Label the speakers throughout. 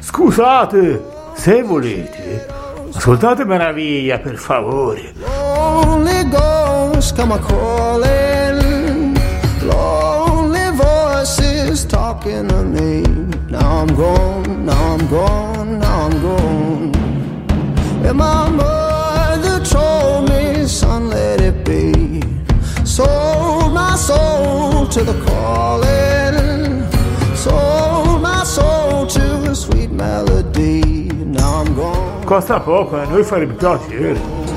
Speaker 1: Scusate, se volete, ascoltate meraviglia, per favore.
Speaker 2: Lonely ghosts come a calling. Lonely voices talking to me. Now I'm gone, now I'm gone, now I'm gone. And my mother told me, son, let it be. Sold my soul to the calling. Sold my soul to a sweet melody. Now I'm gone.
Speaker 1: Costa poco, a noi farebbe piacere.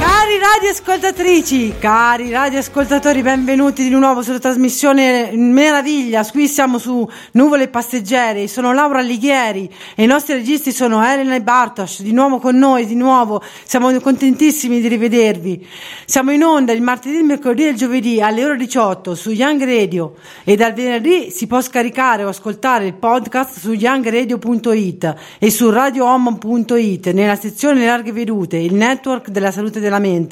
Speaker 3: Cari radioascoltatrici, cari radioascoltatori, benvenuti di nuovo sulla trasmissione Meraviglia. Qui siamo su Nuvole e Passeggeri, sono Laura Alighieri e i nostri registi sono Elena e Bartosz, di nuovo con noi, di nuovo. Siamo contentissimi di rivedervi. Siamo in onda il martedì, il mercoledì e il giovedì alle ore 18 su Young Radio e dal venerdì si può scaricare o ascoltare il podcast su youngradio.it e su radiohom.it nella sezione Larghe Vedute, il network della salute della mente.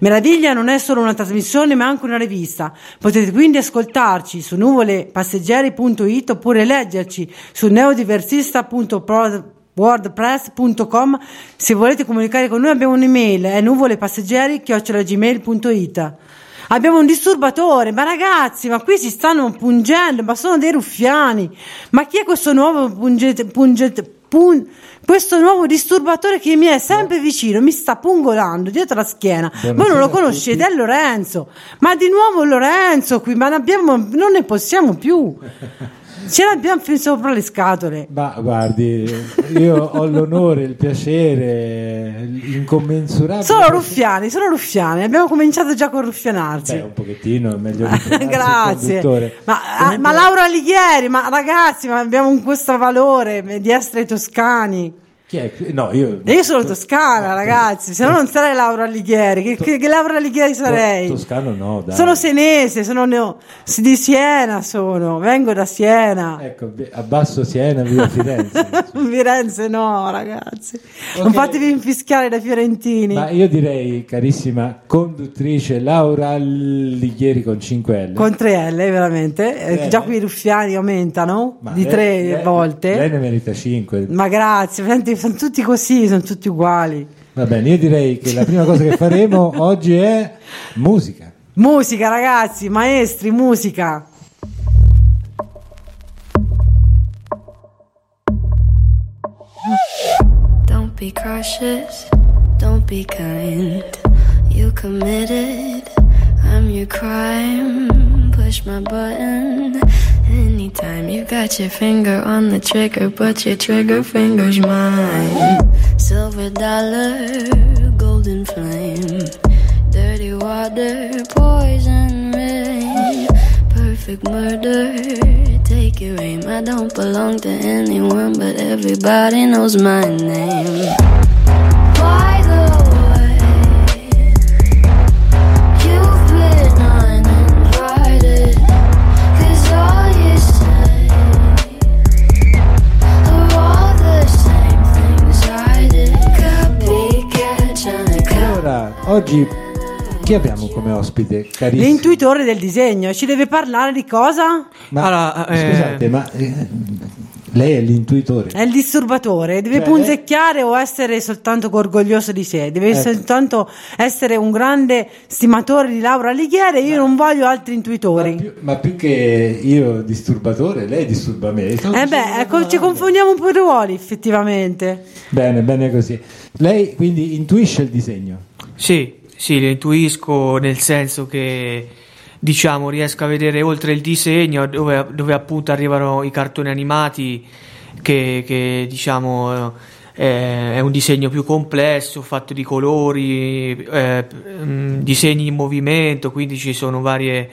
Speaker 3: Meraviglia non è solo una trasmissione ma anche una rivista. Potete quindi ascoltarci su nuvolepasseggeri.it oppure leggerci su neodiversista.pro wordpress.com se volete comunicare con noi abbiamo un'email è nuvolepasseggeri.gmail.it abbiamo un disturbatore ma ragazzi ma qui si stanno pungendo ma sono dei ruffiani ma chi è questo nuovo punget, punget, pun- questo nuovo disturbatore che mi è sempre vicino mi sta pungolando dietro la schiena voi non lo conoscete è Lorenzo ma di nuovo Lorenzo qui ma l'abbiamo- non ne possiamo più ce l'abbiamo fin sopra le scatole
Speaker 4: Ma guardi, io ho l'onore, il piacere, l'incommensurabile.
Speaker 3: Sono ruffiani, sono ruffiani. Abbiamo cominciato già con ruffianarci.
Speaker 4: Beh, un pochettino è meglio ritornarsi il
Speaker 3: Grazie.
Speaker 4: conduttore.
Speaker 3: Ma, ah,
Speaker 4: Comunque-
Speaker 3: ma Laura Alighieri, ma ragazzi, ma abbiamo un- questo valore di essere toscani.
Speaker 4: Chi è? No, io.
Speaker 3: E io sono toscana, ragazzi, se no non sarei Laura Alighieri. Che, che- che Laura Alighieri sarei?
Speaker 4: To- toscano no, dai.
Speaker 3: Sono senese, sono neo- di Siena, sono, vengo da Siena.
Speaker 4: Ecco, vi- abbasso Siena, via Firenze.
Speaker 3: Firenze no, ragazzi. Non
Speaker 4: Ok.
Speaker 3: fatevi infischiare dai fiorentini.
Speaker 4: Ma io direi, carissima conduttrice Laura Lighieri con 5 L.
Speaker 3: Con 3 L veramente, Eh,
Speaker 4: Bene.
Speaker 3: già qui i ruffiani aumentano
Speaker 4: Ma
Speaker 3: di
Speaker 4: lei-
Speaker 3: tre
Speaker 4: lei-
Speaker 3: volte.
Speaker 4: Lei ne merita 5.
Speaker 3: Ma grazie, senti, sono tutti così, sono tutti uguali.
Speaker 4: Va bene, io direi che la prima cosa che faremo oggi è musica.
Speaker 3: Musica ragazzi, maestri, musica.
Speaker 5: Don't be cautious, don't be kind. You committed, I'm your crime. Push my button anytime. You got your finger on the trigger, but your trigger finger's mine. Silver dollar, golden flame. Dirty water, poison rain. Perfect murder, take your aim. I don't belong to anyone, but everybody knows my name. By the way, you've been uninvited. 'Cause all you say are all the same things I did. Copycat, trying to copy.
Speaker 4: Allora, oggi chi abbiamo come ospite, carissimo?
Speaker 3: L'intuitore del disegno ci deve parlare di cosa?
Speaker 4: Ma,
Speaker 6: Allora, eh,
Speaker 4: Scusate, ma eh, lei è l'intuitore.
Speaker 3: È il disturbatore, deve
Speaker 4: Cioè?
Speaker 3: punzecchiare o essere soltanto orgoglioso di sé, deve
Speaker 4: Ecco.
Speaker 3: soltanto essere un grande stimatore di Laura Alighieri. Io non voglio altri intuitori.
Speaker 4: Ma più, ma più che io disturbatore, lei disturba me. Sto
Speaker 3: Eh
Speaker 4: dicendo
Speaker 3: beh,
Speaker 4: una
Speaker 3: ecco, ci
Speaker 4: domanda.
Speaker 3: confondiamo un po' i ruoli, effettivamente.
Speaker 4: Bene, bene così. Lei quindi intuisce il disegno.
Speaker 6: sì, sì, lo intuisco nel senso che diciamo riesco a vedere oltre il disegno dove, dove appunto arrivano i cartoni animati che, che, diciamo eh, è un disegno più complesso, fatto di colori, eh, mm, disegni in movimento, quindi ci sono varie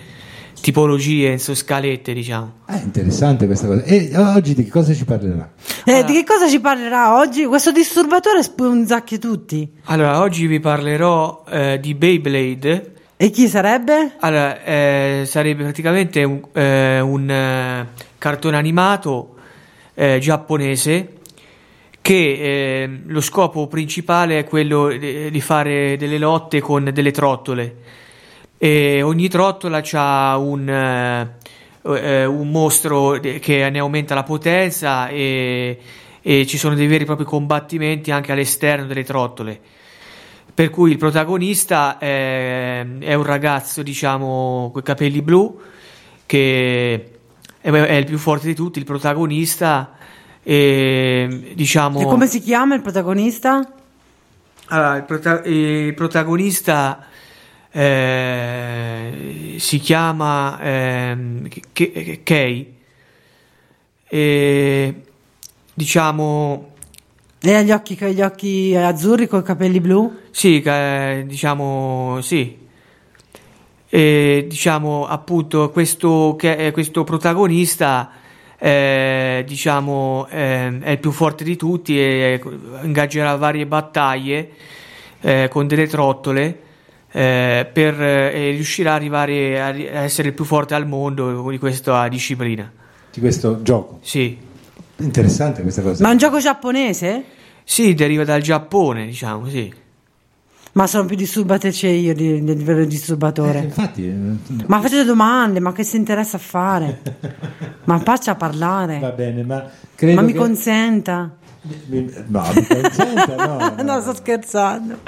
Speaker 6: tipologie, insomma, scalette diciamo.
Speaker 4: Ah, interessante questa cosa. E oggi di che cosa ci parlerà?
Speaker 3: Eh, di che cosa ci parlerà oggi? Questo disturbatore spunzacchia tutti.
Speaker 6: Allora, oggi vi parlerò eh, di Beyblade.
Speaker 3: E chi sarebbe?
Speaker 6: Allora, eh, sarebbe praticamente un, eh, un, eh, cartone animato eh, giapponese che eh, lo scopo principale è quello eh, di fare delle lotte con delle trottole. E ogni trottola ha un, eh, eh, un mostro de- che ne aumenta la potenza e, e ci sono dei veri e propri combattimenti anche all'esterno delle trottole. Per cui il protagonista eh, è un ragazzo, diciamo, con i capelli blu, che è, è il più forte di tutti, il protagonista, e, diciamo...
Speaker 3: E come si chiama il protagonista?
Speaker 6: Allora, il, prota- il protagonista eh, si chiama ehm, Ke- Ke- Kei. E, diciamo,
Speaker 3: E ha gli occhi, gli occhi azzurri con i capelli blu?
Speaker 6: sì, eh, diciamo, sì. E, diciamo, appunto, questo, Ke- eh, questo protagonista, eh, diciamo, ehm, è il più forte di tutti e eh, ingaggerà varie battaglie. eh, con delle trottole eh, per eh, riuscire a arrivare a, ri- a essere il più forte al mondo di questa disciplina.
Speaker 4: di questo gioco.
Speaker 6: Sì.
Speaker 4: Interessante questa cosa.
Speaker 3: Ma è un gioco giapponese?
Speaker 6: Sì, deriva dal Giappone, diciamo, sì.
Speaker 3: Ma sono più disturbatrice io di, di livello disturbatore.
Speaker 4: Infatti, eh,
Speaker 3: Ma facete domande, ma che si interessa a fare? Ma faccia parlare.
Speaker 4: va bene, ma credo
Speaker 3: ma mi
Speaker 4: che-
Speaker 3: consenta.
Speaker 4: mi- No, mi consenta, no, no.
Speaker 3: sto scherzando.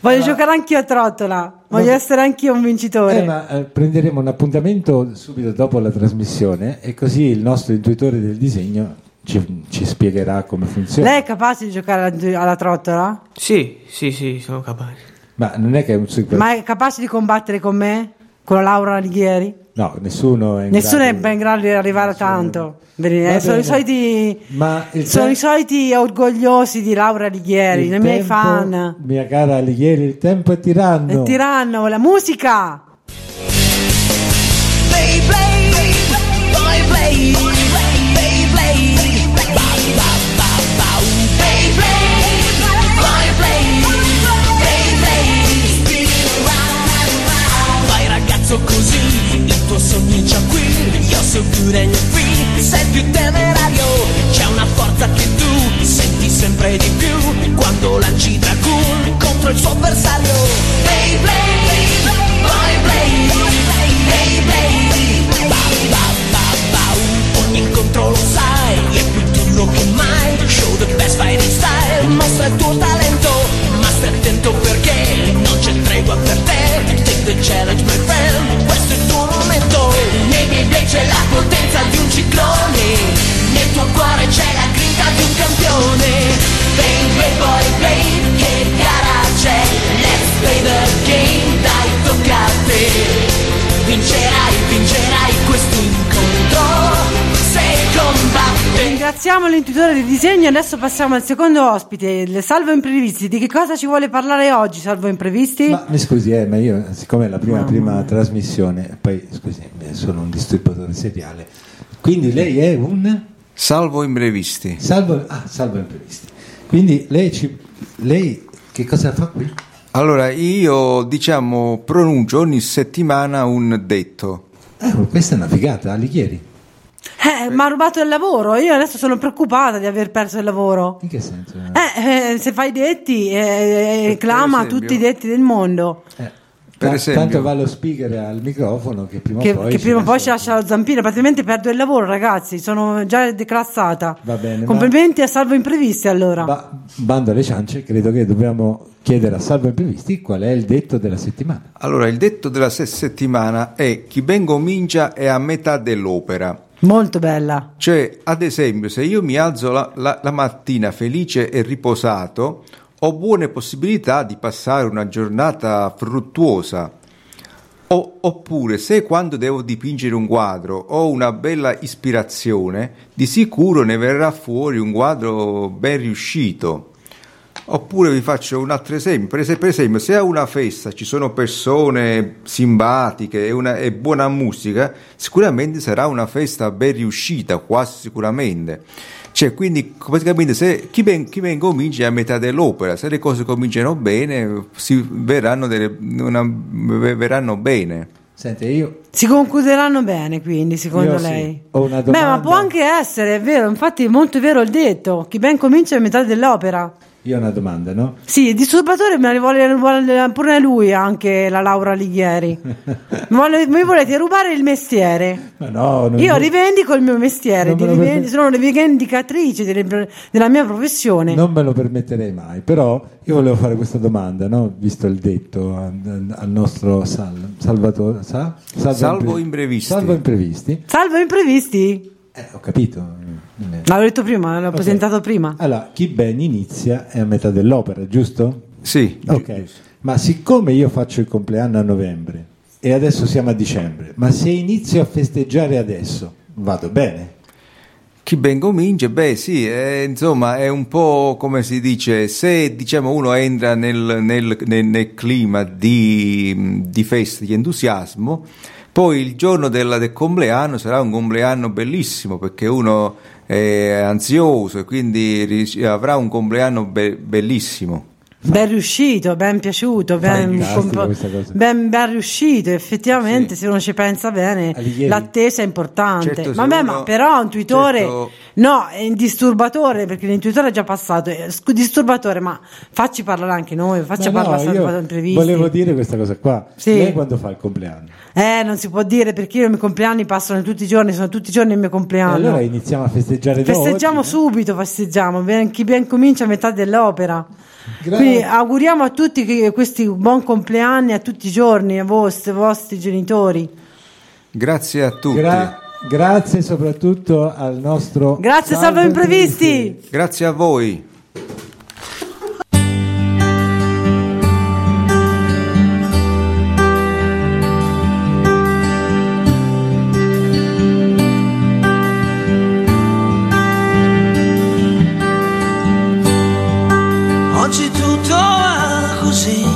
Speaker 3: Voglio giocare anch'io a trottola. Voglio
Speaker 4: Ma-
Speaker 3: essere anch'io un vincitore.
Speaker 4: Eh, ma eh, prenderemo un appuntamento subito dopo la trasmissione e così il nostro intuitore del disegno ci, ci spiegherà come funziona.
Speaker 3: Lei è capace di giocare alla, alla trottola?
Speaker 6: Sì, sì, sì, sono capace.
Speaker 4: Ma non è che è un super...
Speaker 3: Ma è capace di combattere con me? Con la Laura Alighieri?
Speaker 4: No, nessuno è in
Speaker 3: Nessuno
Speaker 4: grado
Speaker 3: è ben in grado di arrivare a tanto. Vedi, eh,
Speaker 4: Va
Speaker 3: sono i
Speaker 4: bene.
Speaker 3: soliti.
Speaker 4: Ma il
Speaker 3: Sono
Speaker 4: te-
Speaker 3: i soliti orgogliosi di Laura Alighieri,
Speaker 4: il
Speaker 3: i miei
Speaker 4: tempo-
Speaker 3: fan.
Speaker 4: Mia cara Alighieri, il tempo è
Speaker 3: E
Speaker 4: tiranno.
Speaker 3: tiranno, la musica!
Speaker 7: Vai ragazzo così, il tuo sogno è già qui, io so pure il free, sei più temerario, c'è una forza che tu senti sempre di più quando lanci Dragoon contro il suo avversario. Play, play, vai, play, play, play, Bau, bau, bau, bau. Ogni incontro lo sai, è più duro che mai, show the best fighting style, mostra il tuo talento, ma stai attento perché non c'è tregua per te, take the challenge my friend, questo è il tuo momento, nei miei piedi c'è la potenza di un ciclone, nel tuo cuore c'è la grinta di un campione, play, play, boy, play, che gara c'è, let's play the game, dai tocca a te, vincerai, vincerai questo incontro, se combatte.
Speaker 3: Ringraziamo l'intuitore del disegno. Adesso passiamo al secondo ospite, il Salvo Imprevisti. Di che cosa ci vuole parlare oggi, Salvo Imprevisti?
Speaker 4: Ma mi scusi, eh, ma io, siccome è la prima, prima trasmissione, poi scusi, eh, sono un disturbatore seriale, quindi lei è un
Speaker 8: Salvo imprevisti.
Speaker 4: salvo, ah, salvo imprevisti. Quindi lei, ci, lei che cosa fa qui?
Speaker 8: Allora, io diciamo pronuncio ogni settimana un detto.
Speaker 4: Eh, ma questa è una figata, Alighieri.
Speaker 3: Eh, mi ha rubato il lavoro. Io adesso sono preoccupata di aver perso il lavoro.
Speaker 4: In che senso?
Speaker 3: Eh, eh, se fai i detti, eh, eh, clama
Speaker 8: esempio?
Speaker 3: tutti i detti del mondo.
Speaker 4: Eh,
Speaker 8: Per
Speaker 4: ta-
Speaker 8: esempio-
Speaker 4: tanto va lo speaker al microfono che prima
Speaker 3: Che,
Speaker 4: o poi
Speaker 3: che
Speaker 4: ci
Speaker 3: prima o poi ci
Speaker 4: lascia-
Speaker 3: lascia lo zampino, praticamente perdo il lavoro, ragazzi. Sono già declassata.
Speaker 4: Va bene, ma-
Speaker 3: Complimenti a salvo imprevisti allora.
Speaker 4: Ba- bando alle ciance, credo che dobbiamo chiedere a Salvo Imprevisti qual è il detto della settimana.
Speaker 8: Allora, il detto della se- settimana è chi ben comincia è a metà dell'opera.
Speaker 3: Molto bella.
Speaker 8: Cioè, ad esempio, se io mi alzo la, la- la mattina felice e riposato, ho buone possibilità di passare una giornata fruttuosa. O- oppure, se quando devo dipingere un quadro ho una bella ispirazione, di sicuro ne verrà fuori un quadro ben riuscito. Oppure vi faccio un altro esempio, per es- per esempio se a una festa ci sono persone simpatiche e, una- e buona musica, sicuramente sarà una festa ben riuscita, quasi sicuramente. Cioè, quindi praticamente se, chi, ben, chi ben comincia è a metà dell'opera, se le cose cominciano bene, si verranno, delle- una- ver- verranno bene.
Speaker 4: Senti, io
Speaker 3: Si concluderanno bene, quindi, secondo
Speaker 4: Io sì.
Speaker 3: lei?
Speaker 4: Ho una
Speaker 3: Beh, ma
Speaker 4: domanda.
Speaker 3: può anche essere, è vero, infatti è molto vero il detto, chi ben comincia è metà dell'opera.
Speaker 4: Io ho una domanda, no?
Speaker 3: Sì, il disturbatore me la vuole, vuole pure lui anche la Laura Alighieri. Mi vuole- mi volete rubare il mestiere.
Speaker 4: Ma no, non-
Speaker 3: Io rivendico il mio mestiere,
Speaker 4: Non me
Speaker 3: di
Speaker 4: lo
Speaker 3: rivendi-
Speaker 4: permet-
Speaker 3: sono una rivendicatrice delle- della mia professione.
Speaker 4: Non me lo permetterei mai, però io volevo fare questa domanda, no? visto il detto al, al nostro sal- Salvatore, sa?
Speaker 8: Salvo
Speaker 4: impre-
Speaker 8: imprevisti.
Speaker 4: Salvo imprevisti.
Speaker 3: Salvo imprevisti.
Speaker 4: Eh, ho capito. Mm, eh.
Speaker 3: L'avevo detto prima, l'ho
Speaker 4: Ok. Eh.
Speaker 3: presentato prima.
Speaker 4: Allora, chi ben inizia è a metà dell'opera, giusto?
Speaker 8: Sì,
Speaker 4: Ok, ma siccome io faccio il compleanno a novembre e adesso siamo a dicembre, ma se inizio a festeggiare adesso, vado bene?
Speaker 8: Chi ben comincia, beh sì, eh, insomma è un po' come si dice, se diciamo uno entra nel, nel- nel- nel clima di, di festa, di entusiasmo, poi il giorno della- del compleanno sarà un compleanno bellissimo perché uno è ansioso e quindi ri- avrà un compleanno be- bellissimo.
Speaker 3: Ben riuscito, ben piaciuto, ben,
Speaker 4: Fantastica questa cosa.
Speaker 3: ben- ben riuscito. Effettivamente, se uno ci pensa bene,
Speaker 4: Alighieri.
Speaker 3: l'attesa è importante.
Speaker 8: Certo, se
Speaker 3: Vabbè,
Speaker 8: uno-
Speaker 3: ma però un tuitore,
Speaker 8: certo.
Speaker 3: no, è un disturbatore perché l'intuitore è già passato. eh, scu- Disturbatore, ma facci parlare anche noi, facci
Speaker 4: Ma no,
Speaker 3: parlare
Speaker 4: io
Speaker 3: salvato imprevisti.
Speaker 4: volevo dire questa cosa qua.
Speaker 3: Sì.
Speaker 4: Lei quando fa il compleanno?
Speaker 3: Eh, non si può dire perché io i miei compleanni passano tutti i giorni, sono tutti i giorni il mio
Speaker 4: E
Speaker 3: compleanno.
Speaker 4: allora iniziamo a festeggiare da
Speaker 3: Festeggiamo
Speaker 4: oggi, eh?
Speaker 3: subito, festeggiamo, ben- chi ben comincia a metà dell'opera.
Speaker 4: Grazie.
Speaker 3: Quindi auguriamo a tutti che- questi buon compleanni a tutti i giorni, a vostri, ai vostri genitori.
Speaker 8: Grazie a tutti.
Speaker 4: Gra- grazie soprattutto al nostro
Speaker 3: Grazie, salvo imprevisti.
Speaker 8: Grazie a voi.
Speaker 9: Oggi tutto va così,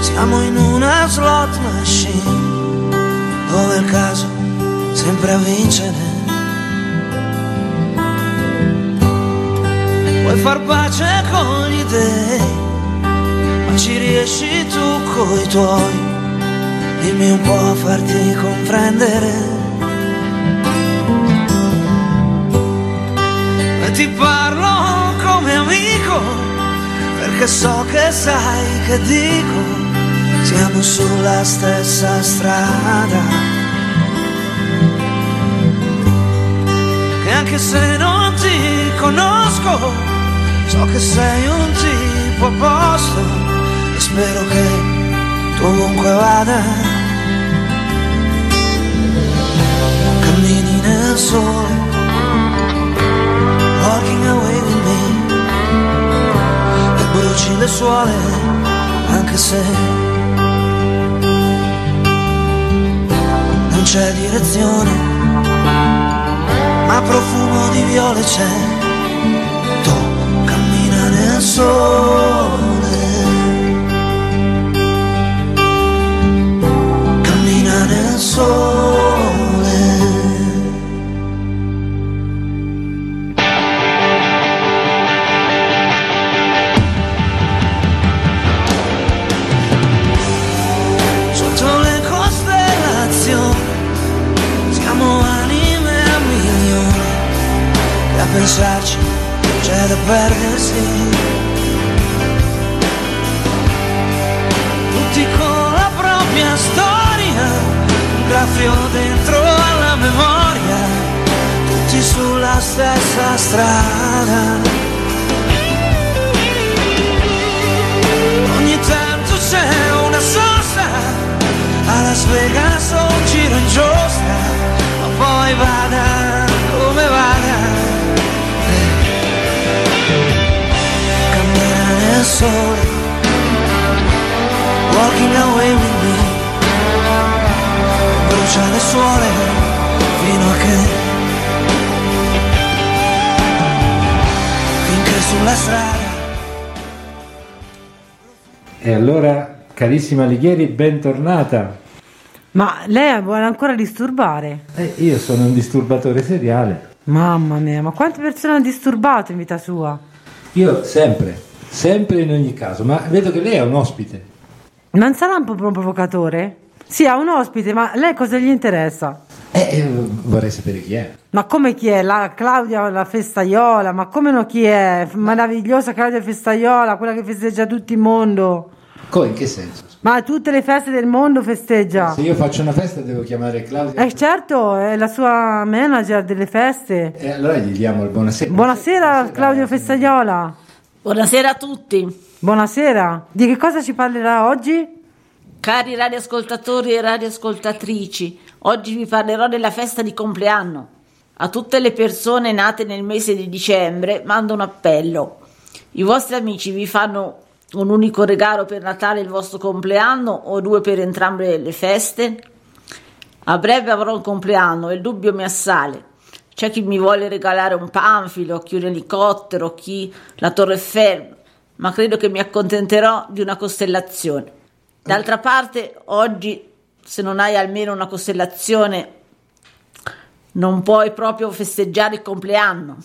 Speaker 9: siamo in una slot machine, dove il caso sembra vincere. Vuoi far pace con gli dei, ma ci riesci tu coi tuoi, dimmi un po' a farti comprendere. E ti parlo come amico, perché so che sai che dico, siamo sulla stessa strada. E anche se non ti conosco, so che sei un tipo a posto e spero che tu ovunque vada. Cammini nel sole, walking away with me e bruci le suole, anche se non c'è direzione, ma profumo di viole c'è. Tu cammina nel sole, cammina nel sole. sotto le costellazioni siamo anime a milioni e a pensarci c'è da perdersi tutti con la propria storia un graffio dentro alla memoria tutti sulla stessa strada Ogni tanto c'è una sosta A Las Vegas o un giro in giostra Ma poi vada come vada Cammina nel sole Walking away with me Brucia le suole Fino a che Finché sulla strada
Speaker 4: E allora, carissima Alighieri, bentornata.
Speaker 3: Ma lei vuole ancora disturbare?
Speaker 4: Eh, io sono un disturbatore seriale.
Speaker 3: Mamma mia, ma quante persone ha disturbato in vita sua?
Speaker 4: Io sempre, sempre in ogni caso, ma vedo che lei è un ospite.
Speaker 3: Non sarà un po' un provocatore? Sì, ha un ospite, ma lei cosa gli interessa?
Speaker 4: Eh, eh, vorrei sapere chi è.
Speaker 3: Ma come chi è? La Claudia la festaiola, ma come no chi è? Meravigliosa Claudia festaiola, quella che festeggia tutto il mondo.
Speaker 4: Come, in che senso?
Speaker 3: Ma tutte le feste del mondo festeggia.
Speaker 4: Se io faccio una festa devo chiamare Claudia.
Speaker 3: Eh certo, è la sua manager delle feste.
Speaker 4: E Eh, allora gli diamo il buonasera.
Speaker 3: Buonasera Claudio Festaiola.
Speaker 10: Buonasera a tutti,
Speaker 3: Buonasera. Di che cosa ci parlerà oggi?
Speaker 10: cari radioascoltatori e radioascoltatrici. Oggi vi parlerò della festa di compleanno. A tutte le persone nate nel mese di dicembre mando un appello. I vostri amici vi fanno un unico regalo per Natale e il vostro compleanno o due per entrambe le feste? A breve avrò un compleanno e il dubbio mi assale. C'è chi mi vuole regalare un panfilo, chi un elicottero, chi la Torre Eiffel, ma credo che mi accontenterò di una costellazione. D'altra parte, oggi, se non hai almeno una costellazione, non puoi proprio festeggiare il compleanno.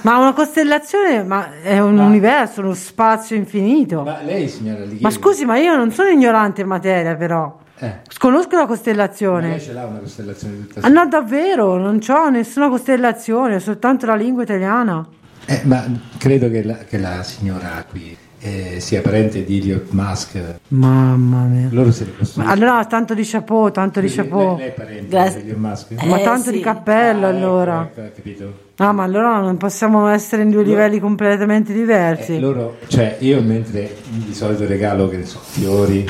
Speaker 3: Ma una costellazione ma è un universo, uno spazio infinito. Ma,
Speaker 4: Ma lei, signora Lighieri.
Speaker 3: scusi, ma io non sono ignorante in materia però.
Speaker 4: Eh,
Speaker 3: Conosco la
Speaker 4: ma lei
Speaker 3: costellazione.
Speaker 4: ce l'ha una costellazione tutta
Speaker 3: Ah no, davvero, non ho nessuna costellazione, soltanto la lingua italiana.
Speaker 4: Eh, ma credo che la, che la signora qui eh, sia parente di Elon Musk.
Speaker 3: Mamma mia.
Speaker 4: Loro se le
Speaker 3: Ma
Speaker 4: costruiscono.
Speaker 3: allora tanto di chapeau, tanto di
Speaker 4: lei,
Speaker 3: chapeau.
Speaker 4: lei è parente
Speaker 10: Grazie.
Speaker 4: di Elon Musk?
Speaker 3: Ma
Speaker 10: Eh, sì.
Speaker 3: tanto di cappello
Speaker 4: Ah, ecco,
Speaker 3: allora.
Speaker 4: ecco, hai capito?
Speaker 3: Ah, ma allora non possiamo essere in due livelli completamente
Speaker 4: Eh,
Speaker 3: diversi.
Speaker 4: loro, cioè, io mentre di solito regalo, che ne so, fiori,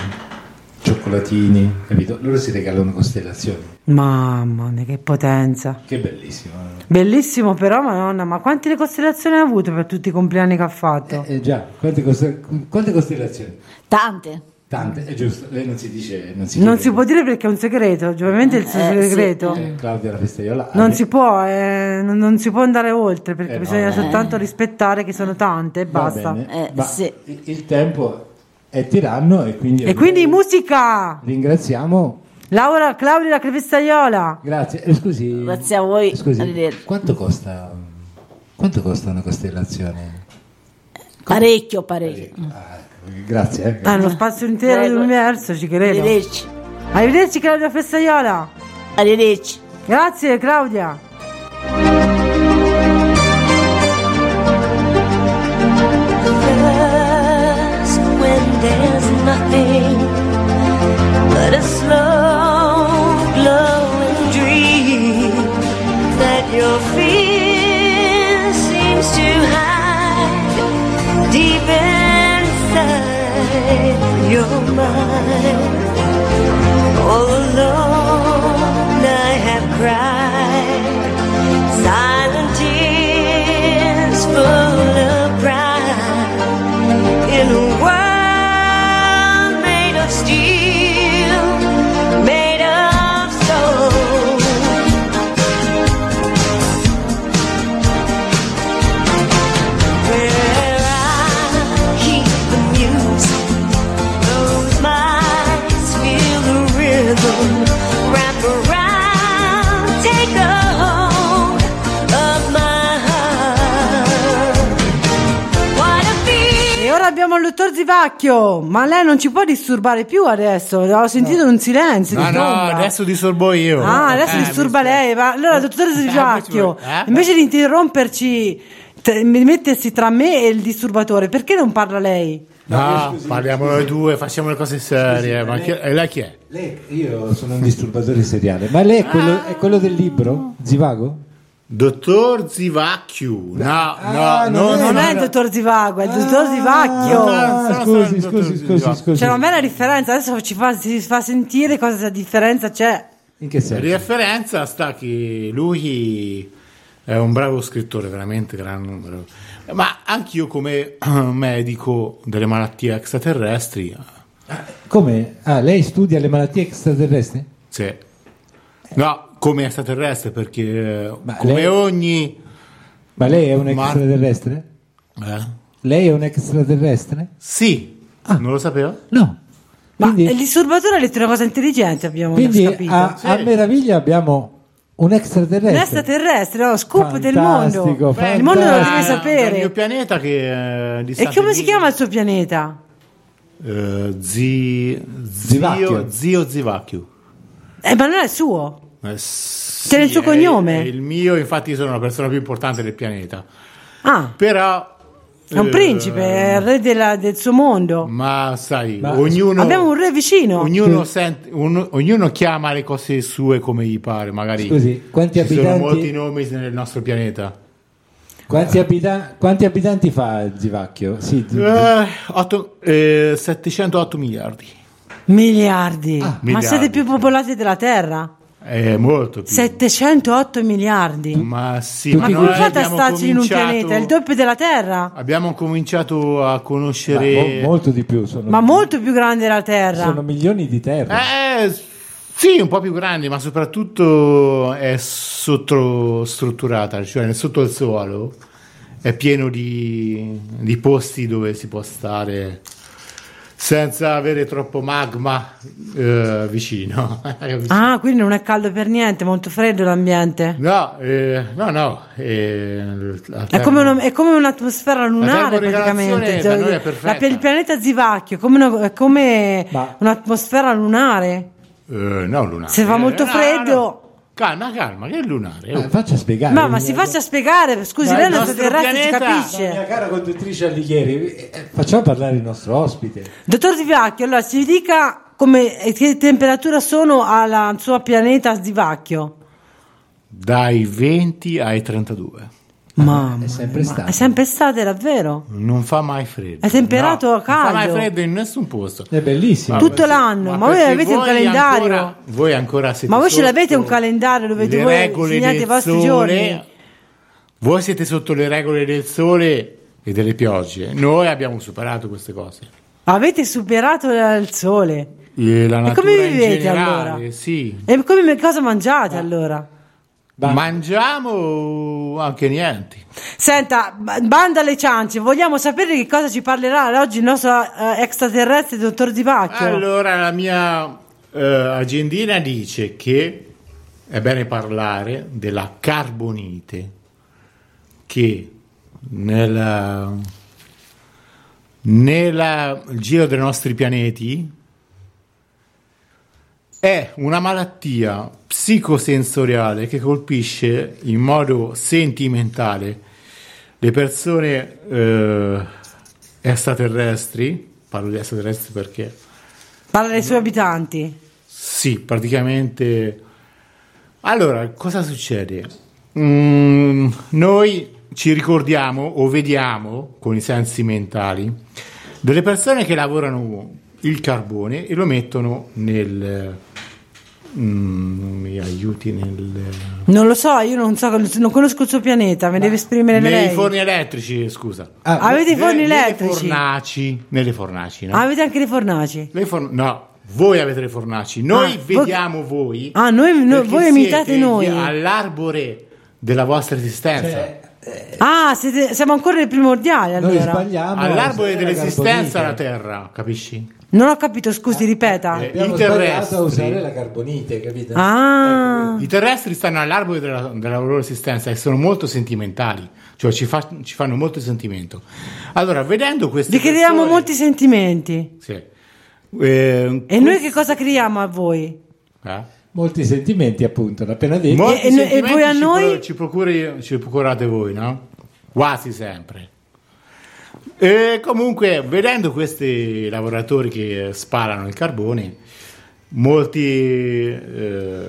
Speaker 4: cioccolatini, capito? Loro si regalano costellazioni.
Speaker 3: Mamma mia, che potenza.
Speaker 4: Che bellissimo. eh.
Speaker 3: Bellissimo però, madonna, ma quante le costellazioni ha avuto per tutti i compleanni che ha fatto?
Speaker 4: Eh, già, quante, coste- quante costellazioni?
Speaker 10: Tante.
Speaker 4: Tante, è giusto, lei non si dice... Non si,
Speaker 3: Non
Speaker 4: chiede.
Speaker 3: si può dire perché è un segreto, ovviamente il suo
Speaker 10: Eh, sì.
Speaker 3: segreto.
Speaker 4: Eh, Claudia la Ah, festaiola.
Speaker 3: Non
Speaker 4: Ale-
Speaker 3: si può, eh, non non si può andare oltre perché
Speaker 4: Eh, no,
Speaker 3: bisogna
Speaker 4: eh.
Speaker 3: soltanto rispettare che sono tante e
Speaker 4: Va
Speaker 3: basta.
Speaker 4: bene,
Speaker 10: Eh,
Speaker 4: ma
Speaker 10: sì.
Speaker 4: il- Il tempo è tiranno e quindi...
Speaker 3: E quindi musica!
Speaker 4: Ringraziamo,
Speaker 3: Laura, Claudia, la crevestaiola!
Speaker 4: grazie. Eh, scusi,
Speaker 10: Grazie a voi,
Speaker 4: Scusi,
Speaker 10: arrivederci.
Speaker 4: quanto costa, quanto costa una costellazione?
Speaker 10: Parecchio, parecchio.
Speaker 4: Ah, grazie, eh, grazie.
Speaker 3: Ah, lo spazio intero
Speaker 10: Prego.
Speaker 3: dell'universo, ci credo.
Speaker 10: Arrivederci.
Speaker 3: Arrivederci Claudia Festaiola!
Speaker 10: Arrivederci.
Speaker 3: Grazie Claudia!
Speaker 5: Just when there's nothing but a slow glowing dream that your fear seems to hide deep inside your mind. All alone I have cried silent tears full of pride in a world made of steel, made of soul. Where I keep the music, those minds feel the rhythm. Wrap around, take a hold of my heart. What a feeling.
Speaker 3: E ora abbiamo il dottor Zivacchio, ma lei non ci può disturbare più adesso, ho sentito un silenzio.
Speaker 11: No,
Speaker 3: di
Speaker 11: no,
Speaker 3: tomba.
Speaker 11: adesso disturbo io.
Speaker 3: Ah, adesso
Speaker 11: Eh,
Speaker 3: disturba
Speaker 11: mi-
Speaker 3: lei. Ma allora, dottor Zivacchio,
Speaker 11: eh?
Speaker 3: invece di interromperci, te- mettersi tra me e il disturbatore, perché non parla lei?
Speaker 11: No, parliamo noi due, facciamo le cose serie. ma chi- e lei chi è?
Speaker 4: Lei- io sono un disturbatore seriale, ma lei è quello, è quello del libro? Zivago?
Speaker 11: Dottor Zivacchiu. No,
Speaker 4: Ah,
Speaker 11: no, no,
Speaker 4: non
Speaker 11: no,
Speaker 4: è-
Speaker 3: Non
Speaker 11: no,
Speaker 3: è il
Speaker 11: no.
Speaker 3: dottor Zivacchio, è il dottor Zivacchio.
Speaker 11: no.
Speaker 4: Ah, scusi,
Speaker 11: sono stato il
Speaker 4: scusi,
Speaker 11: dottor
Speaker 4: scusi,
Speaker 11: Zivago.
Speaker 4: scusi.
Speaker 3: C'è una bella differenza, adesso ci fa, si fa sentire cosa differenza c'è.
Speaker 4: In che
Speaker 11: La
Speaker 4: senso?
Speaker 11: Riferenza sta che lui è un bravo scrittore, veramente gran numero. Ma anche io come medico delle malattie extraterrestri,
Speaker 4: Come? Ah, lei studia le malattie extraterrestri?
Speaker 11: sì. No, come extraterrestre, perché eh,
Speaker 4: Ma
Speaker 11: come
Speaker 4: lei-
Speaker 11: ogni...
Speaker 4: Ma lei è un
Speaker 11: Ma-
Speaker 4: extraterrestre?
Speaker 11: Eh?
Speaker 4: Lei è un extraterrestre?
Speaker 11: Sì, non lo sapevo?
Speaker 4: No.
Speaker 3: Ma
Speaker 4: Quindi,
Speaker 3: il disturbatore ha detto una cosa intelligente, abbiamo
Speaker 4: quindi ah,
Speaker 3: capito.
Speaker 4: a, a meraviglia abbiamo un
Speaker 3: Un
Speaker 4: extraterrestre.
Speaker 3: extraterrestre, no, scoop del mondo.
Speaker 4: Fantastico,
Speaker 3: Il mondo lo deve
Speaker 11: Ah,
Speaker 3: sapere.
Speaker 11: dal mio pianeta che eh, di
Speaker 3: E
Speaker 11: Satellite-
Speaker 3: come si chiama il suo pianeta?
Speaker 11: Eh, zi,
Speaker 4: Zivacchio.
Speaker 11: zio, zio Zivacchio.
Speaker 3: Eh, ma non è il suo.
Speaker 11: Eh, sì,
Speaker 3: C'era il suo
Speaker 11: è-
Speaker 3: cognome?
Speaker 11: è il mio, infatti, sono la persona più importante del pianeta.
Speaker 3: Ah,
Speaker 11: Però.
Speaker 3: è un
Speaker 11: eh,
Speaker 3: principe, è il re della- del suo mondo.
Speaker 11: Ma sai,
Speaker 4: Ma-
Speaker 11: ognuno.
Speaker 3: Abbiamo un re vicino.
Speaker 11: Ognuno, sente- un- ognuno chiama le cose sue come gli pare, magari.
Speaker 4: Scusi, quanti
Speaker 11: ci sono
Speaker 4: abitanti-
Speaker 11: molti nomi nel nostro pianeta.
Speaker 4: Quanti, abita- quanti abitanti fa Zivacchio? Sì, Zi-
Speaker 11: Eh, otto- eh, 708 miliardi.
Speaker 3: Miliardi. Ma
Speaker 11: Ah, miliardi,
Speaker 3: siete più
Speaker 11: sì. Mm.
Speaker 3: popolati della Terra?
Speaker 11: È molto più.
Speaker 3: 708 miliardi. Ma,
Speaker 11: ma sì, ma,
Speaker 3: come
Speaker 11: noi
Speaker 3: fate a
Speaker 11: Mm. Eh, abbiamo
Speaker 3: starci in un
Speaker 11: cominciato-
Speaker 3: pianeta? È Il doppio della Terra?
Speaker 11: Abbiamo cominciato a
Speaker 4: ma
Speaker 11: conoscere.
Speaker 4: mo- molto di più. Sono,
Speaker 3: Ma molto più grande
Speaker 4: sono
Speaker 3: la Terra.
Speaker 4: milioni di terre.
Speaker 11: Eh, sì, un po' più grandi, ma soprattutto è sottostrutturata, cioè nel sotto il suolo è pieno di, di posti dove si può stare senza avere troppo magma eh, vicino.
Speaker 3: Ah, quindi non è caldo per niente, molto freddo l'ambiente.
Speaker 11: No, eh, no, no. eh, la
Speaker 3: È
Speaker 11: Terra-
Speaker 3: come, una- è come un'atmosfera lunare
Speaker 11: termorregolazione
Speaker 3: praticamente. Cioè,
Speaker 11: da noi è
Speaker 3: La-
Speaker 11: perfetta.
Speaker 3: il pianeta Zivacchio come una- è come
Speaker 4: Ma-
Speaker 3: un'atmosfera lunare.
Speaker 11: Eh, no, lunare.
Speaker 3: Se fa molto
Speaker 11: Eh, no,
Speaker 3: freddo-
Speaker 11: no. Calma, calma, che è lunare. oh.
Speaker 4: Eh, faccia spiegare.
Speaker 3: Ma, ma si faccia spiegare, scusi,
Speaker 4: Ma
Speaker 3: lei
Speaker 4: il
Speaker 3: è una
Speaker 11: nostro
Speaker 3: extraterrestre, ci
Speaker 11: pianeta-
Speaker 4: La
Speaker 3: capisce.
Speaker 4: mia cara conduttrice Alighieri, eh, eh, facciamo parlare il nostro ospite.
Speaker 3: Dottor Zivacchio, allora ci dica come, e che temperatura sono alla sua pianeta Zivacchio.
Speaker 11: Dai 20 ai 32.
Speaker 3: Mamma,
Speaker 4: È sempre
Speaker 3: mia,
Speaker 4: stato.
Speaker 3: è sempre estate davvero.
Speaker 11: Non fa mai freddo.
Speaker 3: È temperato
Speaker 11: No,
Speaker 3: a caldo.
Speaker 11: Non fa mai freddo in nessun posto.
Speaker 4: È bellissimo.
Speaker 3: Tutto l'anno, ma voi
Speaker 11: perché
Speaker 3: avete un
Speaker 11: voi
Speaker 3: calendario?
Speaker 11: ancora- voi ancora siete
Speaker 3: Ma voi ce
Speaker 11: sotto
Speaker 3: l'avete un calendario dove
Speaker 11: le
Speaker 3: voi
Speaker 11: regole
Speaker 3: segnate
Speaker 11: del
Speaker 3: i vostri
Speaker 11: sole.
Speaker 3: giorni?
Speaker 11: Voi siete sotto le regole del sole e delle piogge. Noi abbiamo superato queste cose.
Speaker 3: Avete superato il sole.
Speaker 11: E la natura
Speaker 3: come
Speaker 11: in
Speaker 3: vivete,
Speaker 11: generale,
Speaker 3: allora?
Speaker 11: sì.
Speaker 3: E come cosa mangiate allora?
Speaker 4: Ma-
Speaker 11: Mangiamo anche niente.
Speaker 3: Senta, b- banda alle ciance, vogliamo sapere che cosa ci parlerà oggi il nostro eh, extraterrestre dottor Di Pacchio.
Speaker 11: Allora, la mia eh, agendina dice che è bene parlare della carbonite che nella, nella- nel giro dei nostri pianeti è una malattia psicosensoriale che colpisce in modo sentimentale le persone eh, extraterrestri, parlo di extraterrestri perché
Speaker 3: Parla dei suoi abitanti.
Speaker 11: sì, praticamente. Allora, cosa succede? Mm, noi ci ricordiamo o vediamo con i sensi mentali delle persone che lavorano il carbone e lo mettono nel. mm, non mi aiuti nel.
Speaker 3: Non lo so, io non so, non conosco il suo pianeta, me deve esprimere
Speaker 11: Nei
Speaker 3: lei.
Speaker 11: forni elettrici, scusa.
Speaker 4: Ah,
Speaker 3: Avete i forni
Speaker 11: Nelle-
Speaker 3: elettrici?
Speaker 11: Nelle fornaci. Nelle fornaci, no?
Speaker 3: Avete anche le fornaci?
Speaker 11: Le forn- no, voi avete le fornaci. Noi
Speaker 3: Ah, voi-
Speaker 11: vediamo voi.
Speaker 3: Ah, noi- noi-
Speaker 11: perché
Speaker 3: voi
Speaker 11: siete
Speaker 3: imitate
Speaker 11: gli-
Speaker 3: noi.
Speaker 11: All'arbore della vostra esistenza.
Speaker 4: Cioè,
Speaker 3: Ah, siete- siamo ancora nei primordiali
Speaker 4: noi
Speaker 3: allora.
Speaker 4: sbagliamo.
Speaker 11: all'arbore
Speaker 4: Era
Speaker 11: dell'esistenza la
Speaker 4: carbonite.
Speaker 11: terra, capisci?
Speaker 3: Non ho capito, scusi, ripeta.
Speaker 11: eh,
Speaker 4: Abbiamo
Speaker 11: I
Speaker 4: sbagliato
Speaker 11: terrestri.
Speaker 4: a usare la carbonite, capito?
Speaker 3: Ah,
Speaker 11: I terrestri stanno all'arbore della, della loro esistenza e sono molto sentimentali, cioè ci, fa- ci fanno molto sentimento. Allora, vedendo queste
Speaker 3: vi creiamo
Speaker 11: persone-
Speaker 3: molti sentimenti.
Speaker 11: Sì. Eh,
Speaker 3: E noi che cosa creiamo a voi?
Speaker 11: eh?
Speaker 4: Molti sentimenti, appunto, l'ho appena detto.
Speaker 11: Molti
Speaker 3: e- e noi- e
Speaker 11: sentimenti
Speaker 3: voi a
Speaker 11: ci
Speaker 3: noi?
Speaker 11: pro- Ci, procuri- ci procurate voi, no? Quasi sempre. E comunque, vedendo questi lavoratori che sparano il carbone, molti eh,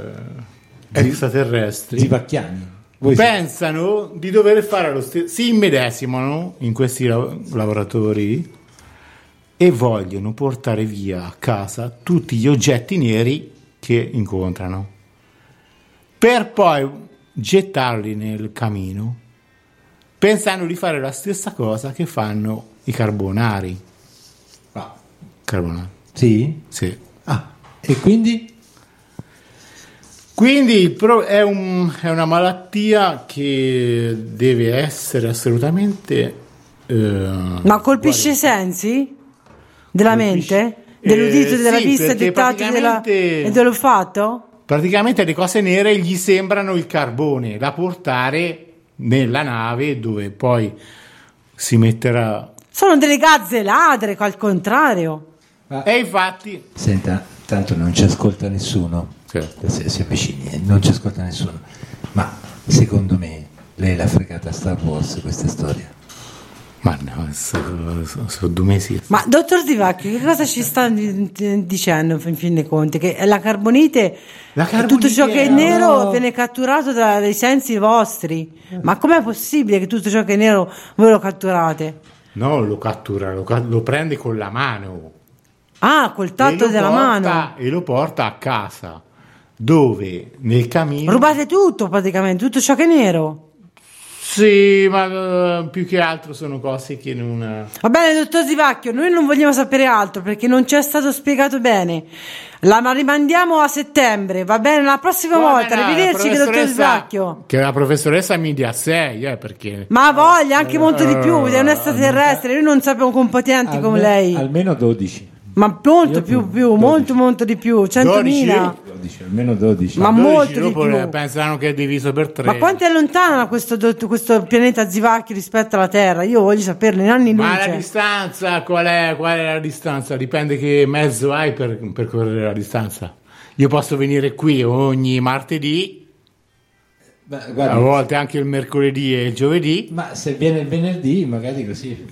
Speaker 11: extraterrestri
Speaker 4: Zivacchiani. Voi siete-
Speaker 11: pensano di dover fare lo stesso, si immedesimano in questi lav- lavoratori e vogliono portare via a casa tutti gli oggetti neri che incontrano per poi gettarli nel camino pensando di fare la stessa cosa che fanno i carbonari.
Speaker 4: Ah,
Speaker 11: Carbonari,
Speaker 4: sì?
Speaker 11: sì.
Speaker 4: Ah, e quindi?
Speaker 11: Quindi il pro- è, un- è una malattia che deve essere assolutamente... eh,
Speaker 3: Ma colpisce i sensi? Della
Speaker 11: Colpisce-
Speaker 3: mente? Dell'udito,
Speaker 11: Eh,
Speaker 3: della
Speaker 11: sì,
Speaker 3: vista,
Speaker 11: perché
Speaker 3: del tatto della-
Speaker 11: praticamente-
Speaker 3: e dell'olfatto?
Speaker 11: Praticamente le cose nere gli sembrano il carbone da portare nella nave dove poi si metterà...
Speaker 3: Sono delle gazze ladre, al contrario.
Speaker 11: E infatti
Speaker 4: Senta, tanto non ci ascolta nessuno,
Speaker 11: Certo.
Speaker 4: se si avvicini, eh, non ci ascolta nessuno, ma secondo me lei l'ha fregata Star Wars questa storia.
Speaker 11: Ma no, sono, sono- sono due mesi.
Speaker 3: Ma dottor Divacchi, che cosa ci sta di- di- dicendo in fin dei conti? Che la carbonite,
Speaker 11: La
Speaker 3: e tutto ciò che è
Speaker 11: carbonite,
Speaker 3: nero
Speaker 11: no.
Speaker 3: viene catturato da- dai sensi vostri. Ma com'è possibile che tutto ciò che è nero voi lo catturate?
Speaker 11: No, lo cattura, lo, ca- lo prende con la mano.
Speaker 3: Ah, col
Speaker 11: E
Speaker 3: tatto
Speaker 11: lo
Speaker 3: della
Speaker 11: porta-
Speaker 3: mano.
Speaker 11: E lo porta a casa, dove nel camino...
Speaker 3: Rubate tutto praticamente, tutto ciò che è nero.
Speaker 11: Sì, ma eh, più che altro sono cose che non... eh.
Speaker 3: Va bene, dottor Zivacchio, noi non vogliamo sapere altro perché non ci è stato spiegato bene. La ma rimandiamo a settembre, va bene? La prossima
Speaker 11: Come
Speaker 3: volta,
Speaker 11: no, la
Speaker 3: arrivederci, che dottor
Speaker 11: professoressa-
Speaker 3: Zivacchio.
Speaker 11: Che la professoressa mi dia 6, eh, perché...
Speaker 3: Ma ha voglia anche molto di più, è un extraterrestre, noi non sappiamo competenti come
Speaker 4: Alme-
Speaker 3: lei,
Speaker 4: Almeno 12.
Speaker 3: ma molto più, più, molto, molto di più, 100.000.
Speaker 4: 12, almeno 12.
Speaker 3: Ma
Speaker 11: 12
Speaker 3: molto di
Speaker 11: dopo
Speaker 3: più.
Speaker 11: pensano che è diviso per 3.
Speaker 3: Ma quanto è lontano questo, dott- questo pianeta Zivacchi rispetto alla Terra? Io voglio saperlo in anni
Speaker 11: Ma la
Speaker 3: luce.
Speaker 11: distanza qual è? Qual è la distanza? Dipende che mezzo hai per percorrere la distanza. Io posso venire qui ogni martedì,
Speaker 4: Beh,
Speaker 11: a
Speaker 4: guardi,
Speaker 11: volte anche il mercoledì e il giovedì.
Speaker 4: ma se viene il venerdì, magari così.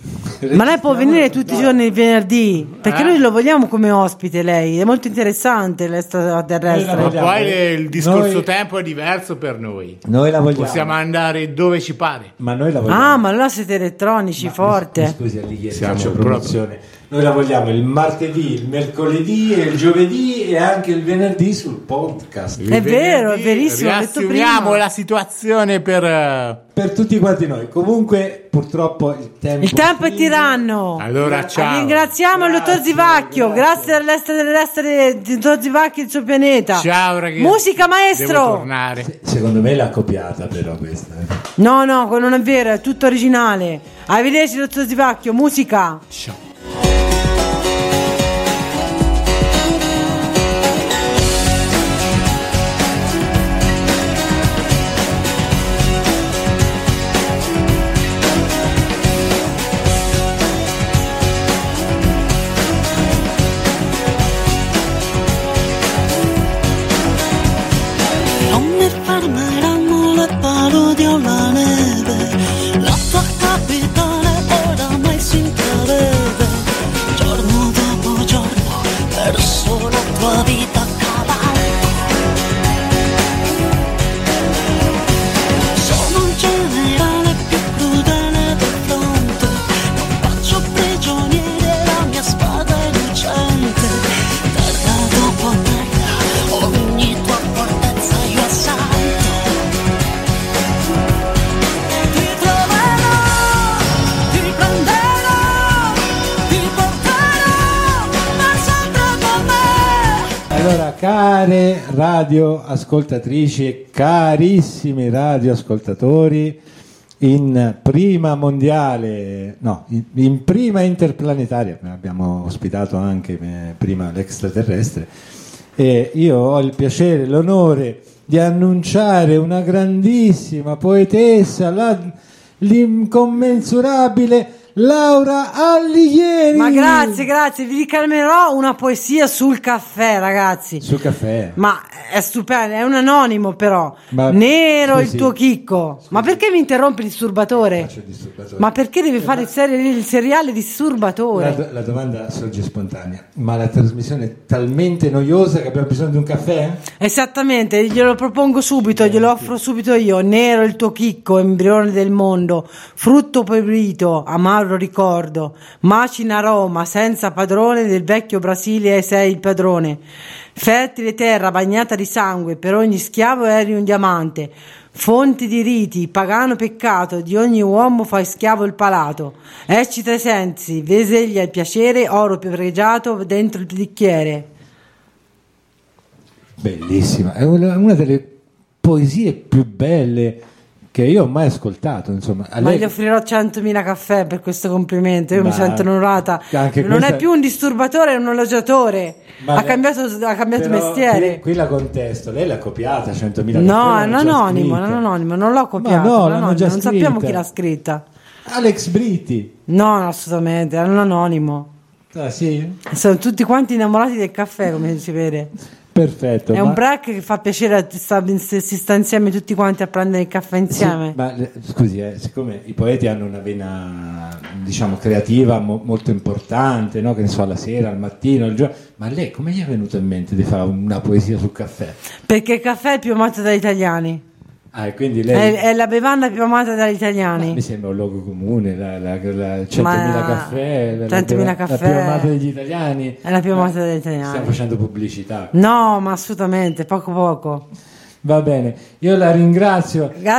Speaker 3: Ma lei può venire tutti i giorni il venerdì, perché
Speaker 11: Eh?
Speaker 3: noi lo vogliamo come ospite lei, è molto interessante
Speaker 4: Noi la
Speaker 11: Ma
Speaker 3: l'extraterrestre.
Speaker 4: vogliamo.
Speaker 11: poi le- il discorso
Speaker 4: Noi-
Speaker 11: tempo è diverso per noi.
Speaker 4: Noi la vogliamo.
Speaker 11: Possiamo andare dove ci pare.
Speaker 4: Ma noi la vogliamo.
Speaker 3: Ah, ma allora siete elettronici,
Speaker 4: Mi
Speaker 3: forte.
Speaker 4: Scusi Alighieri,
Speaker 11: Siamo
Speaker 4: faccio
Speaker 11: proprio-
Speaker 4: promozione. Noi la vogliamo il martedì, il mercoledì, e il giovedì e anche il venerdì sul podcast.
Speaker 3: È vero, è
Speaker 11: Venerdì
Speaker 3: verissimo, ho detto
Speaker 11: Riassumiamo
Speaker 3: prima.
Speaker 11: la situazione per... eh,
Speaker 4: Per tutti quanti noi. Comunque, purtroppo il tempo,
Speaker 3: Il tempo è tiranno.
Speaker 11: Allora, ciao.
Speaker 3: Ringraziamo il dottor
Speaker 4: Grazie,
Speaker 3: Zivacchio, grazie,
Speaker 4: grazie.
Speaker 3: all'estero dell'estero di dottor Zivacchio e il suo pianeta.
Speaker 11: Ciao ragazzi.
Speaker 3: Musica
Speaker 11: Devo
Speaker 3: maestro.
Speaker 11: tornare.
Speaker 4: Secondo me l'ha copiata però questa. eh.
Speaker 3: No, no, quello non è vero, è tutto originale. Arrivederci dottor Zivacchio, musica.
Speaker 9: Non mi fermeranno le parole o la neve, la tua capitale oramai si intravede, giorno dopo giorno, verso la tua vita cavallo. Sono un generale più crudele del fronte, non faccio prigioniere la mia spada lucente, terra dopo terra, ogni tua fortezza io assalto. Ti troverò, ti prenderò, ti porterò, ma sempre con me.
Speaker 4: Allora, care radioascoltatrici e carissimi radioascoltatori, in prima mondiale, no, in, in prima interplanetaria, abbiamo ospitato anche eh, prima l'extraterrestre, e io ho il piacere, l'onore di annunciare una grandissima poetessa, la- l'incommensurabile Laura Alighieri.
Speaker 3: Ma grazie, grazie, vi ricalmerò una poesia sul caffè, ragazzi.
Speaker 4: Sul caffè.
Speaker 3: Ma è stupendo, è un anonimo però.
Speaker 4: Ma-
Speaker 3: Nero il
Speaker 4: scusi.
Speaker 3: tuo chicco. Ma perché mi interrompe il disturbatore?
Speaker 4: Faccio il disturbatore.
Speaker 3: Ma perché deve fare il, serie- il seriale disturbatore?
Speaker 4: La, do- la domanda sorge spontanea, ma la trasmissione è talmente noiosa che abbiamo bisogno di un caffè?
Speaker 3: Esattamente, glielo propongo subito, glielo offro subito io. Nero il tuo chicco, embrione del mondo, frutto pebrito, amaro ricordo, macina Roma, senza padrone del vecchio Brasile e sei il padrone. Fertile terra bagnata di sangue, per ogni schiavo eri un diamante. Fonti di riti, pagano peccato, di ogni uomo fai schiavo il palato. Eccita i sensi, veseglia il piacere, oro più pregiato dentro il bicchiere.
Speaker 4: Bellissima, è una, una delle poesie più belle che io ho mai ascoltato, insomma. A
Speaker 3: Ma
Speaker 4: lei-
Speaker 3: gli offrirò 100.000 caffè per questo complimento, io
Speaker 4: Ma-
Speaker 3: mi sento onorata.
Speaker 4: anche
Speaker 3: non
Speaker 4: questa-
Speaker 3: è più un disturbatore, è un elogiatore.
Speaker 4: Ma
Speaker 3: ha,
Speaker 4: lei-
Speaker 3: cambiato, ha cambiato
Speaker 4: Però
Speaker 3: mestiere.
Speaker 4: Qui, qui la contesto, lei l'ha copiata 100.000
Speaker 3: No,
Speaker 4: caffè,
Speaker 3: è un
Speaker 4: l'hanno già
Speaker 3: anonimo, è un
Speaker 4: scritta.
Speaker 3: anonimo, non l'ho copiato,
Speaker 4: Ma no,
Speaker 3: è un
Speaker 4: l'hanno
Speaker 3: anonimo,
Speaker 4: già
Speaker 3: non sappiamo
Speaker 4: scritta.
Speaker 3: chi l'ha scritta.
Speaker 4: Alex Britti,
Speaker 3: No, assolutamente, è un anonimo.
Speaker 4: Ah, sì?
Speaker 3: Sono tutti quanti innamorati del caffè, come si vede.
Speaker 4: Perfetto.
Speaker 3: È un
Speaker 4: ma-
Speaker 3: break che fa piacere a sta- si sta insieme tutti quanti a prendere il caffè
Speaker 4: Sì,
Speaker 3: insieme.
Speaker 4: ma eh, scusi, eh, siccome i poeti hanno una vena diciamo creativa mo- molto importante, no? che ne so, alla sera, al mattino, al giorno, ma a lei come gli è venuto in mente di fare una poesia sul caffè?
Speaker 3: Perché il caffè è più amato dagli italiani.
Speaker 4: Ah, e quindi
Speaker 3: È,
Speaker 4: lei
Speaker 3: è la bevanda più amata dagli italiani.
Speaker 4: mi sembra un luogo comune, la, la, la 100.000
Speaker 3: eh. Ma-
Speaker 4: caffè, la, la
Speaker 3: 100.000
Speaker 4: più-
Speaker 3: caffè. Eh,
Speaker 4: la più amata degli italiani.
Speaker 3: È la più amata dagli
Speaker 4: Stiamo
Speaker 3: italiani.
Speaker 4: facendo pubblicità.
Speaker 3: No, ma assolutamente, poco poco.
Speaker 4: Va bene, io la ringrazio.
Speaker 3: Grazie